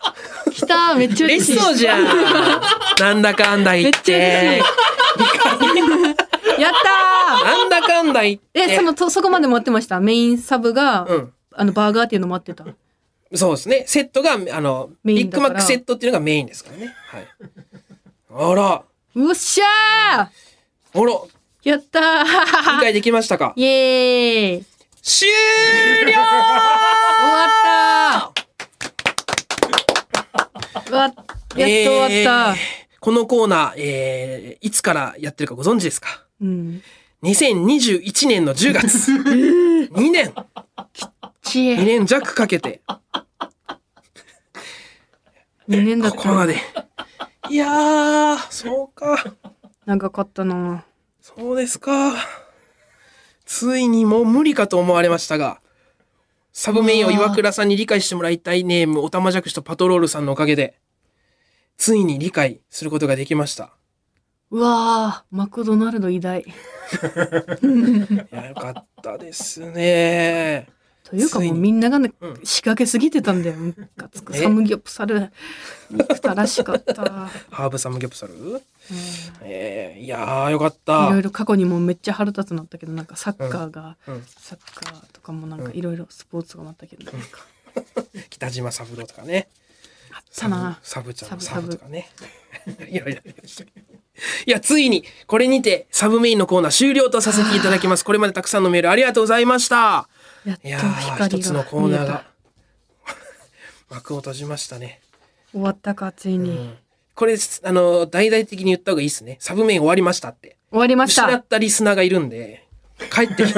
[SPEAKER 2] 来ためっちゃ 嬉し
[SPEAKER 1] 嬉
[SPEAKER 2] い
[SPEAKER 1] しそうじゃん。なんだかんだ言っ
[SPEAKER 2] めっちゃ
[SPEAKER 1] て
[SPEAKER 2] 嬉。しいやったー
[SPEAKER 1] なんだかんだ言って。
[SPEAKER 2] えそのとそこまで待ってましたメインサブが、
[SPEAKER 1] うん
[SPEAKER 2] あのバーガーっていうの待ってた
[SPEAKER 1] そうですね。セットが、あの、
[SPEAKER 2] メイ
[SPEAKER 1] ビッ
[SPEAKER 2] ンだ
[SPEAKER 1] グ
[SPEAKER 2] か
[SPEAKER 1] マ
[SPEAKER 2] ら
[SPEAKER 1] ックセットっていうのがメインですからね。はい。あら、
[SPEAKER 2] うっしゃ
[SPEAKER 1] あら、
[SPEAKER 2] ーやった
[SPEAKER 1] 理
[SPEAKER 2] ー
[SPEAKER 1] 解できましたか
[SPEAKER 2] イエーイ終
[SPEAKER 1] 終了
[SPEAKER 2] わったーわやっと終わった、
[SPEAKER 1] えーこのコーナー、えー、いつからやってるかご存知ですか
[SPEAKER 2] うん。
[SPEAKER 1] 2021年の10月。2年、
[SPEAKER 2] 知
[SPEAKER 1] 2
[SPEAKER 2] 恵
[SPEAKER 1] 年弱かけて、
[SPEAKER 2] 2年だっ
[SPEAKER 1] ここま
[SPEAKER 2] た
[SPEAKER 1] で。いやー、そうか。
[SPEAKER 2] 長かったな
[SPEAKER 1] そうですか。ついにもう無理かと思われましたが、サブメインを岩倉さんに理解してもらいたいネーム、おたまじゃくしとパトロールさんのおかげで、ついに理解することができました。
[SPEAKER 2] うわーマクドナルド偉大
[SPEAKER 1] いや、よかったですね。
[SPEAKER 2] というか
[SPEAKER 1] つ
[SPEAKER 2] も
[SPEAKER 1] いうに
[SPEAKER 2] みんながね
[SPEAKER 1] うん
[SPEAKER 2] 仕掛けすぎてたんだよムカつく
[SPEAKER 1] え
[SPEAKER 2] サムギョプサル憎たらしか った、うん
[SPEAKER 1] ハーブサムギョプサルええいやー、よかった。
[SPEAKER 2] いろいろ過去にもめっちゃ腹立つなったけどなんかサッカーが、
[SPEAKER 1] うんうん
[SPEAKER 2] サッカーとかもなんか
[SPEAKER 1] うん
[SPEAKER 2] いろいろスポーツがあったけどなんか
[SPEAKER 1] 北島三郎とかね。
[SPEAKER 2] あったな
[SPEAKER 1] サブサブちゃんの
[SPEAKER 2] サ
[SPEAKER 1] サ
[SPEAKER 2] ブ
[SPEAKER 1] ブとかね。 いやいやいやいや、ついに、これにて、サブメインのコーナー終了とさせていただきます。これまでたくさんのメールありがとうございました。
[SPEAKER 2] やっと
[SPEAKER 1] いやー、
[SPEAKER 2] 光
[SPEAKER 1] 一つのコーナ
[SPEAKER 2] が見
[SPEAKER 1] ー
[SPEAKER 2] え
[SPEAKER 1] が
[SPEAKER 2] た、
[SPEAKER 1] 幕を閉じましたね。
[SPEAKER 2] 終わったかついに、終
[SPEAKER 1] これ、あの、大々的に言った方がいいですね。サブメイン終わりましたって。
[SPEAKER 2] わりまし
[SPEAKER 1] 失ったたリスナーがいるんで、帰って き、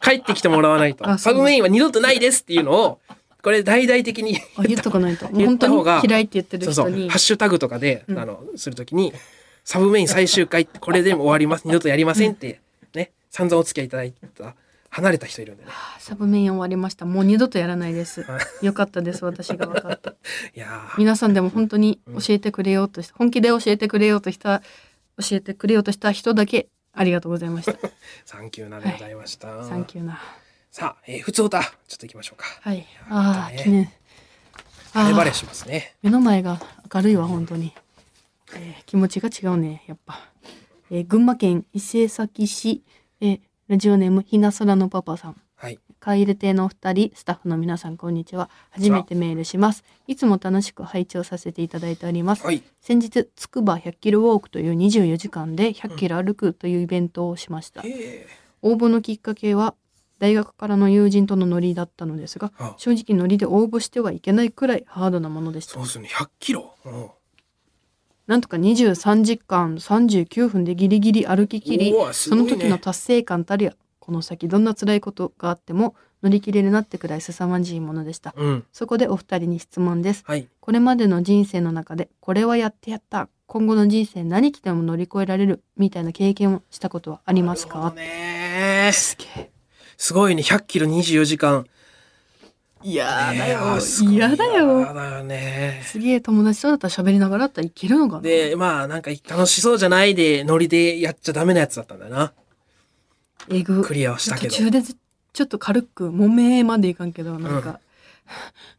[SPEAKER 1] 帰ってきてもらわないと。
[SPEAKER 2] あそ
[SPEAKER 1] サ
[SPEAKER 2] う
[SPEAKER 1] ブメインは二度とないですっていうのを、これ大々的に
[SPEAKER 2] あ言っとかないともう
[SPEAKER 1] 言
[SPEAKER 2] 本
[SPEAKER 1] った方
[SPEAKER 2] 当
[SPEAKER 1] が
[SPEAKER 2] に嫌いって言ってる
[SPEAKER 1] そう
[SPEAKER 2] 人
[SPEAKER 1] そう、ハ
[SPEAKER 2] に
[SPEAKER 1] ッシュタグとかで、あの、するときに、サブメイン最終回ってこれでも終わります、二度とやりませんって、ね、散々お付き合いいただいた、離れた人いるんでね。
[SPEAKER 2] サブメイン終わりましたもう二度とやらないです
[SPEAKER 1] は
[SPEAKER 2] よかったです私が分かった
[SPEAKER 1] いやー
[SPEAKER 2] 皆さんでも本当に教えてくれようとした、本気で教えてくれようとした教えてくれようとした人だけありがとうございま した
[SPEAKER 1] サンキューなでございました。
[SPEAKER 2] サンキューな
[SPEAKER 1] さあ、えー、普通歌、ちょっと行きましょうか。
[SPEAKER 2] はいあ
[SPEAKER 1] よ
[SPEAKER 2] あ
[SPEAKER 1] かったね
[SPEAKER 2] 記念
[SPEAKER 1] 晴
[SPEAKER 2] あ
[SPEAKER 1] れ晴れ
[SPEAKER 2] あ
[SPEAKER 1] しますね。
[SPEAKER 2] 目の前が明るいわ本当に、えー気持ちが違うねやっぱ、えー群馬県伊勢崎市、えーラジオネームひなそらのパパさん
[SPEAKER 1] はい。
[SPEAKER 2] カイル亭のお二人、スタッフの皆さん、こんにちは。初
[SPEAKER 1] ちは
[SPEAKER 2] めてメールします。いつも楽しく拝聴させていただいております。
[SPEAKER 1] はい。
[SPEAKER 2] 先日、つくば100キロウォークという24時間で100キロ歩くというイベントをしました。
[SPEAKER 1] え
[SPEAKER 2] 応募のきっかけは、大学からの友人とのノリだったのですが、
[SPEAKER 1] ー、あ、
[SPEAKER 2] 正直ノリで応募してはいけないくらいハードなものでした
[SPEAKER 1] そう。ですね、100キロ。うん
[SPEAKER 2] なんとか23時間39分でギリギリ歩き切り、
[SPEAKER 1] うわす
[SPEAKER 2] そ
[SPEAKER 1] ごい
[SPEAKER 2] の
[SPEAKER 1] ね
[SPEAKER 2] 時の達成感たるやこの先どんな辛いことがあっても乗り切れるなってくらい凄まじいものでした
[SPEAKER 1] うん。
[SPEAKER 2] そこでお二人に質問です
[SPEAKER 1] はい。
[SPEAKER 2] これまでの人生の中でこれはやってやった今後の人生何来ても乗り越えられるみたいな経験をしたことはあります
[SPEAKER 1] なるほ
[SPEAKER 2] か
[SPEAKER 1] どね
[SPEAKER 2] すげえ
[SPEAKER 1] すごいね、100キロ24時間。
[SPEAKER 2] いや
[SPEAKER 1] ねえ
[SPEAKER 2] ーだよ
[SPEAKER 1] あすごい
[SPEAKER 2] 嫌だ
[SPEAKER 1] 嫌
[SPEAKER 2] よ
[SPEAKER 1] だよね。
[SPEAKER 2] すげえ友達とだったら喋りながらだったらいけるのかな
[SPEAKER 1] で、まあ、なんか楽しそうじゃないで、ノリでやっちゃダメなやつだったんだな。
[SPEAKER 2] えぐ
[SPEAKER 1] クリアはしたけど
[SPEAKER 2] 途。中でずちょっと軽くもめまでいかんけどなんか、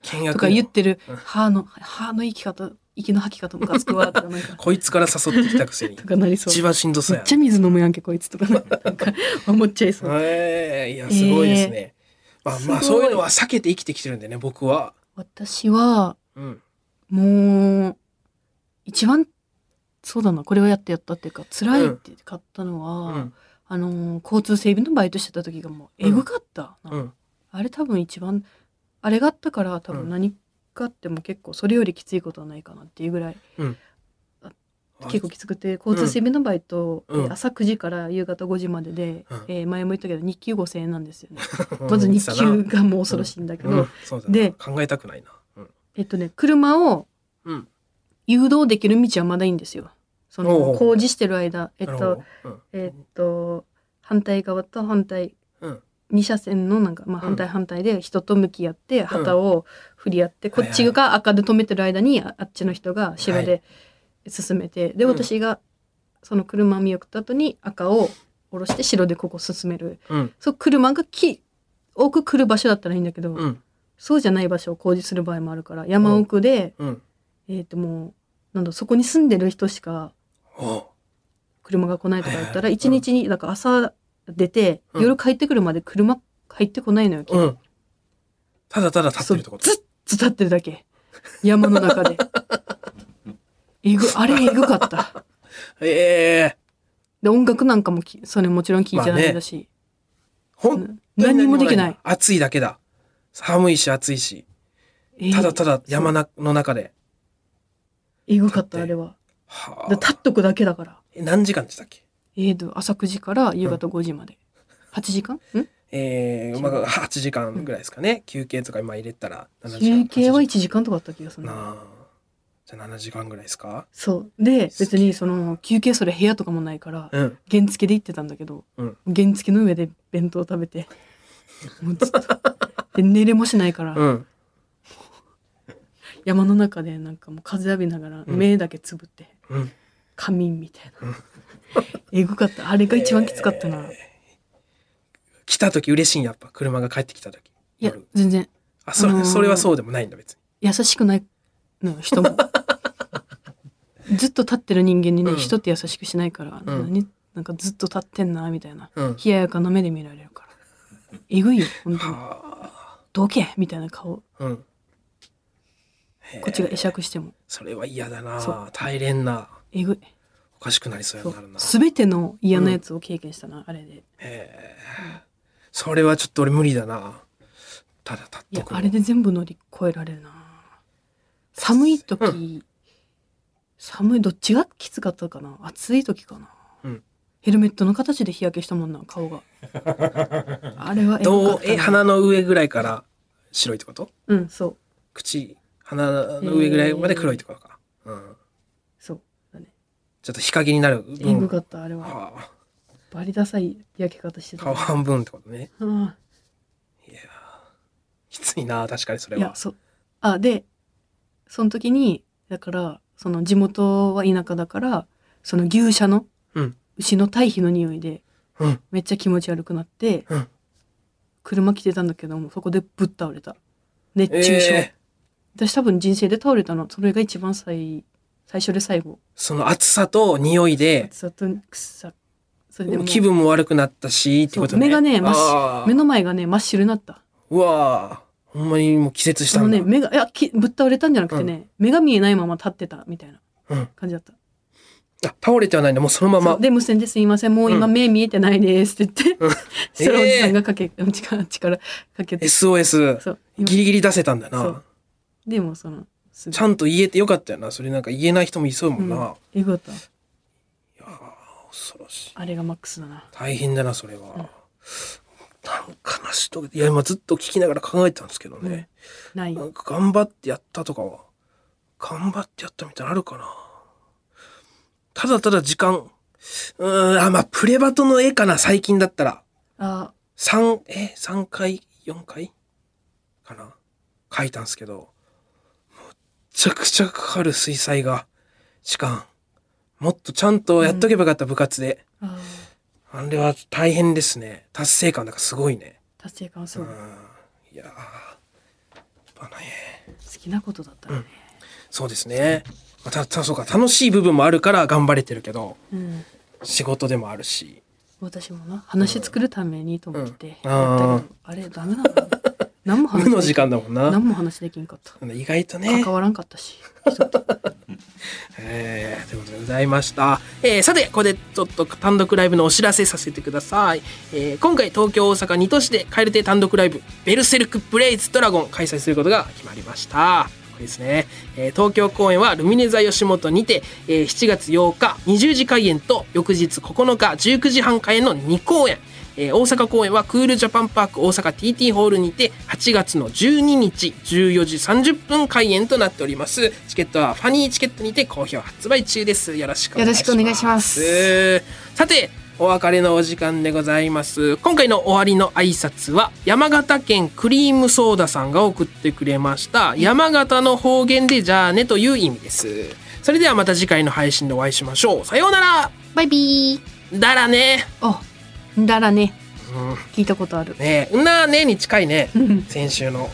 [SPEAKER 1] 見学
[SPEAKER 2] とか言ってる
[SPEAKER 1] うん
[SPEAKER 2] 歯の歯の息き方息の吐き方ムカつくわとか なんか
[SPEAKER 1] こいつから誘ってきたくせに
[SPEAKER 2] と。かなり そ
[SPEAKER 1] 一
[SPEAKER 2] う。
[SPEAKER 1] 番しんどそう
[SPEAKER 2] めっ
[SPEAKER 1] やん
[SPEAKER 2] ちゃ。水飲むやんけこいつとか なんか思っちゃいそう。
[SPEAKER 1] ええいや、すごいですね。まあまあ、
[SPEAKER 2] す
[SPEAKER 1] そ
[SPEAKER 2] ごいう
[SPEAKER 1] いうのは避けて生きてきてるんでね、僕は。
[SPEAKER 2] 私は
[SPEAKER 1] うん。
[SPEAKER 2] もう一番そうだなこれをやってやったっていうか辛いって買ったの
[SPEAKER 1] う
[SPEAKER 2] は、
[SPEAKER 1] ん。
[SPEAKER 2] あのー交通整備のバイトしてた時がもうエグかった、なん
[SPEAKER 1] う
[SPEAKER 2] か
[SPEAKER 1] ん。
[SPEAKER 2] あれ多分一番あれがあったから多
[SPEAKER 1] う
[SPEAKER 2] 分
[SPEAKER 1] ん
[SPEAKER 2] 何かあっても結構それよりきついことはないかなっていうぐらい結構きつくて交通整備のバイト、
[SPEAKER 1] うん
[SPEAKER 2] えー朝9時から夕方5時までで、
[SPEAKER 1] うん
[SPEAKER 2] えー前も言ったけど日給5,000円なんですよね。
[SPEAKER 1] 構
[SPEAKER 2] まず日給がもう恐ろしいんだけど、
[SPEAKER 1] うん、そうだ
[SPEAKER 2] で
[SPEAKER 1] ね。考えたくないな。うん。
[SPEAKER 2] えっとね車を
[SPEAKER 1] うん。
[SPEAKER 2] 誘導できる道はまだいいんですよ。その
[SPEAKER 1] おう
[SPEAKER 2] 工事してる間えっ
[SPEAKER 1] なるほ
[SPEAKER 2] と
[SPEAKER 1] ど。うん
[SPEAKER 2] えっと反対側と反対
[SPEAKER 1] うん。
[SPEAKER 2] 2車線のなんか、まあ、
[SPEAKER 1] うん
[SPEAKER 2] 反対反対で人と向き合って旗を振り合って、
[SPEAKER 1] は
[SPEAKER 2] こ
[SPEAKER 1] いはい
[SPEAKER 2] っちが赤で止めてる間にああっちの人が白で進めて、で
[SPEAKER 1] うん
[SPEAKER 2] 私がその車見送った後に赤を下ろして白でここ進める
[SPEAKER 1] うん。
[SPEAKER 2] そう車がき多く来る場所だったらいいんだけど、
[SPEAKER 1] うん。
[SPEAKER 2] そうじゃない場所を工事する場合もあるから山奥で、
[SPEAKER 1] うん。
[SPEAKER 2] えっ、ともうなんだそこに住んでる人しか
[SPEAKER 1] おう
[SPEAKER 2] 車が来ないとかだった
[SPEAKER 1] はいは
[SPEAKER 2] ら
[SPEAKER 1] い
[SPEAKER 2] 一日になんか朝出て、
[SPEAKER 1] うん
[SPEAKER 2] 夜帰ってくるまで車入ってこないのよ、
[SPEAKER 1] うん。ただただ立ってるってこと
[SPEAKER 2] そうずっと立ってるだけ山の中 でえぐあれえぐかった
[SPEAKER 1] ええ。
[SPEAKER 2] で音楽なんかもきそれもちろん聞いてないだし、
[SPEAKER 1] ほん
[SPEAKER 2] うん何もできない、
[SPEAKER 1] 暑いだけだ。寒いし暑いし、
[SPEAKER 2] えー
[SPEAKER 1] ただただ山なの中で。
[SPEAKER 2] えぐかっ
[SPEAKER 1] 立
[SPEAKER 2] た
[SPEAKER 1] って
[SPEAKER 2] あれは
[SPEAKER 1] は
[SPEAKER 2] で
[SPEAKER 1] あ
[SPEAKER 2] 立っとくだけだから
[SPEAKER 1] え何時間でしたっけ
[SPEAKER 2] えー、と朝9時から夕方5時まで、八8時間ん
[SPEAKER 1] えー、まあ、8時間ぐらいですかね。休憩とか今入れたら7時間。
[SPEAKER 2] 休憩は1
[SPEAKER 1] 8
[SPEAKER 2] 時間とかあった気がす
[SPEAKER 1] 時
[SPEAKER 2] る
[SPEAKER 1] 間な
[SPEAKER 2] な
[SPEAKER 1] あ。じゃあ7時間ぐらいですか
[SPEAKER 2] そうで
[SPEAKER 1] 好き
[SPEAKER 2] 別にその休憩それ部屋とかもないから
[SPEAKER 1] うん。
[SPEAKER 2] 原付で行ってたんだけど、
[SPEAKER 1] うん
[SPEAKER 2] 原付の上で弁当食べてもうずっとで寝れもしないから、
[SPEAKER 1] うん。
[SPEAKER 2] 山の中でなんかもう風浴びながら
[SPEAKER 1] うん
[SPEAKER 2] 目だけつぶって、
[SPEAKER 1] うん
[SPEAKER 2] 仮眠みたい な、えぐかったあれが一番きつかったな、
[SPEAKER 1] 来た時嬉しいんやっぱ車が帰ってきた時。
[SPEAKER 2] いや
[SPEAKER 1] 夜
[SPEAKER 2] 全然
[SPEAKER 1] あそ、
[SPEAKER 2] あのー
[SPEAKER 1] それはそうでもないんだ別に。
[SPEAKER 2] 優しくないのよ人 もずっと立ってる人間にね、
[SPEAKER 1] うん
[SPEAKER 2] 人って優しくしないか
[SPEAKER 1] う
[SPEAKER 2] ら、
[SPEAKER 1] ん
[SPEAKER 2] 何なんかずっと立ってんなみたいな
[SPEAKER 1] うん。
[SPEAKER 2] 冷ややかな目で見られるからえぐいよ本当に
[SPEAKER 1] は
[SPEAKER 2] どけみたいな顔
[SPEAKER 1] あ。うん。
[SPEAKER 2] こっちが会釈しても
[SPEAKER 1] それは嫌だ
[SPEAKER 2] そ
[SPEAKER 1] な
[SPEAKER 2] う
[SPEAKER 1] 耐えれんな。
[SPEAKER 2] えぐい
[SPEAKER 1] おかしくなりそうや
[SPEAKER 2] そ
[SPEAKER 1] なる
[SPEAKER 2] う
[SPEAKER 1] な。
[SPEAKER 2] 全ての嫌なやつを経験したな、あれで
[SPEAKER 1] へえ。それはちょっと俺無理だな。ただ立っ
[SPEAKER 2] い
[SPEAKER 1] と
[SPEAKER 2] や
[SPEAKER 1] くの。
[SPEAKER 2] あれで全部乗り越えられるな寒い時、
[SPEAKER 1] う
[SPEAKER 2] 寒いどっちがきつかったかな暑い時かな、
[SPEAKER 1] うん
[SPEAKER 2] ヘルメットの形で日焼けしたもんな 顔があれはえぐか
[SPEAKER 1] ど
[SPEAKER 2] っ
[SPEAKER 1] う
[SPEAKER 2] たな
[SPEAKER 1] え鼻の上ぐらいから白いってこと
[SPEAKER 2] うんそう
[SPEAKER 1] 口鼻の上ぐらいまで黒いってことか、うん、
[SPEAKER 2] そうだね
[SPEAKER 1] ちょっと日陰になる
[SPEAKER 2] えぐ
[SPEAKER 1] 分
[SPEAKER 2] かったあれは
[SPEAKER 1] ああ
[SPEAKER 2] バリダサい焼け方してた
[SPEAKER 1] 顔半分ってことね
[SPEAKER 2] あ
[SPEAKER 1] きついな確かにそ
[SPEAKER 2] あ
[SPEAKER 1] れ
[SPEAKER 2] いや
[SPEAKER 1] は
[SPEAKER 2] そうあでその時にだからその地元は田舎だからその牛舎の
[SPEAKER 1] うん
[SPEAKER 2] 牛の堆肥の匂いで
[SPEAKER 1] うん
[SPEAKER 2] めっちゃ気持ち悪くなって、
[SPEAKER 1] うん
[SPEAKER 2] 車来てたんだけどもそこでぶっ倒れた熱
[SPEAKER 1] え
[SPEAKER 2] 中症、
[SPEAKER 1] え
[SPEAKER 2] 私多分人生で倒れたのそれが一番最最初で最後
[SPEAKER 1] その暑さと匂いで
[SPEAKER 2] 暑さと臭それでもう
[SPEAKER 1] 気分も悪くなったしってことね
[SPEAKER 2] そう目がね真っ
[SPEAKER 1] ああ
[SPEAKER 2] 目の前がね真っ白になった
[SPEAKER 1] うわあほんまにもう気絶し
[SPEAKER 2] そ
[SPEAKER 1] た
[SPEAKER 2] の
[SPEAKER 1] んだ
[SPEAKER 2] ね目がいやきぶっ倒れたんじゃなくてね、目が見えないまま立ってたみたいな
[SPEAKER 1] うん
[SPEAKER 2] 感じだった、
[SPEAKER 1] あ倒れてはないんだもうそのま
[SPEAKER 2] そ
[SPEAKER 1] ま
[SPEAKER 2] うで無線ですいませんもう今
[SPEAKER 1] うん
[SPEAKER 2] 目見えてないですって言って、
[SPEAKER 1] うん
[SPEAKER 2] それをおじさんがかけ、力力かけて
[SPEAKER 1] SOS
[SPEAKER 2] そう今
[SPEAKER 1] ギリギリ出せたんだ
[SPEAKER 2] そ
[SPEAKER 1] な
[SPEAKER 2] うでもそのすぐ
[SPEAKER 1] ちゃんと言えてよかったよなそれなんか言えない人もいそうやもんな、
[SPEAKER 2] うんえぐかった
[SPEAKER 1] 恐ろしい
[SPEAKER 2] あれがマックスだな
[SPEAKER 1] 大変だなそれは、なんか成し遂げていや今ずっと聞きながら考えてたんですけどね、
[SPEAKER 2] ない
[SPEAKER 1] なんか頑張ってやったとかは頑張ってやったみたいなのあるかなただただ時間うーんあまあプレバトの絵かな最近だったら
[SPEAKER 2] あ
[SPEAKER 1] 3え3回4回かな書いたんですけどむっちゃくちゃかかる水彩が時間もっとちゃんとやっとけばよかった部活で、
[SPEAKER 2] あ
[SPEAKER 1] あれは大変ですね。達成感なんかすごいね。
[SPEAKER 2] 達成感
[SPEAKER 1] う
[SPEAKER 2] そ
[SPEAKER 1] ん
[SPEAKER 2] う、好。
[SPEAKER 1] いやーやっぱね
[SPEAKER 2] きなことだったらね、
[SPEAKER 1] そうですね。まあた、た、そうか、楽しい部分もあるから頑張れてるけど、
[SPEAKER 2] うん、
[SPEAKER 1] 仕事でもあるし。
[SPEAKER 2] 私もな話作るためにと思ってやったけど、
[SPEAKER 1] うんあー
[SPEAKER 2] あれダメ だな何も話
[SPEAKER 1] 無の
[SPEAKER 2] で
[SPEAKER 1] 時
[SPEAKER 2] き
[SPEAKER 1] 間だもんな。
[SPEAKER 2] 何も話できんかった
[SPEAKER 1] 意外とね。
[SPEAKER 2] 関わらんかったし
[SPEAKER 1] えーということでございました。えーさて、ここでちょっと単独ライブのお知らせさせてください。えー今回東京、大阪2都市で蛙亭単独ライブ、ベルセルクブレイズドラゴン開催することが決まりました。これですね。えー東京公演はルミネ座吉本にて、えー7月8日20時開演と翌日9日19時半開演の2公演。えー大阪公演はクールジャパンパーク大阪 TT ホールにて8月の12日14時30分開演となっておりますチケットはファニーチケットにて好評発売中ですよろしくお願いします
[SPEAKER 2] よろしくお願いします
[SPEAKER 1] さてお別れのお時間でございます今回の終わりの挨拶は山形県クリームソーダさんが送ってくれました山形の方言でじゃあねという意味ですそれではまた次回の配信でお会いしましょうさようなら
[SPEAKER 2] バイビー
[SPEAKER 1] だらね
[SPEAKER 2] あだらね
[SPEAKER 1] うん
[SPEAKER 2] 聞いたことある
[SPEAKER 1] ねえ、うなーねに近いね、先週の。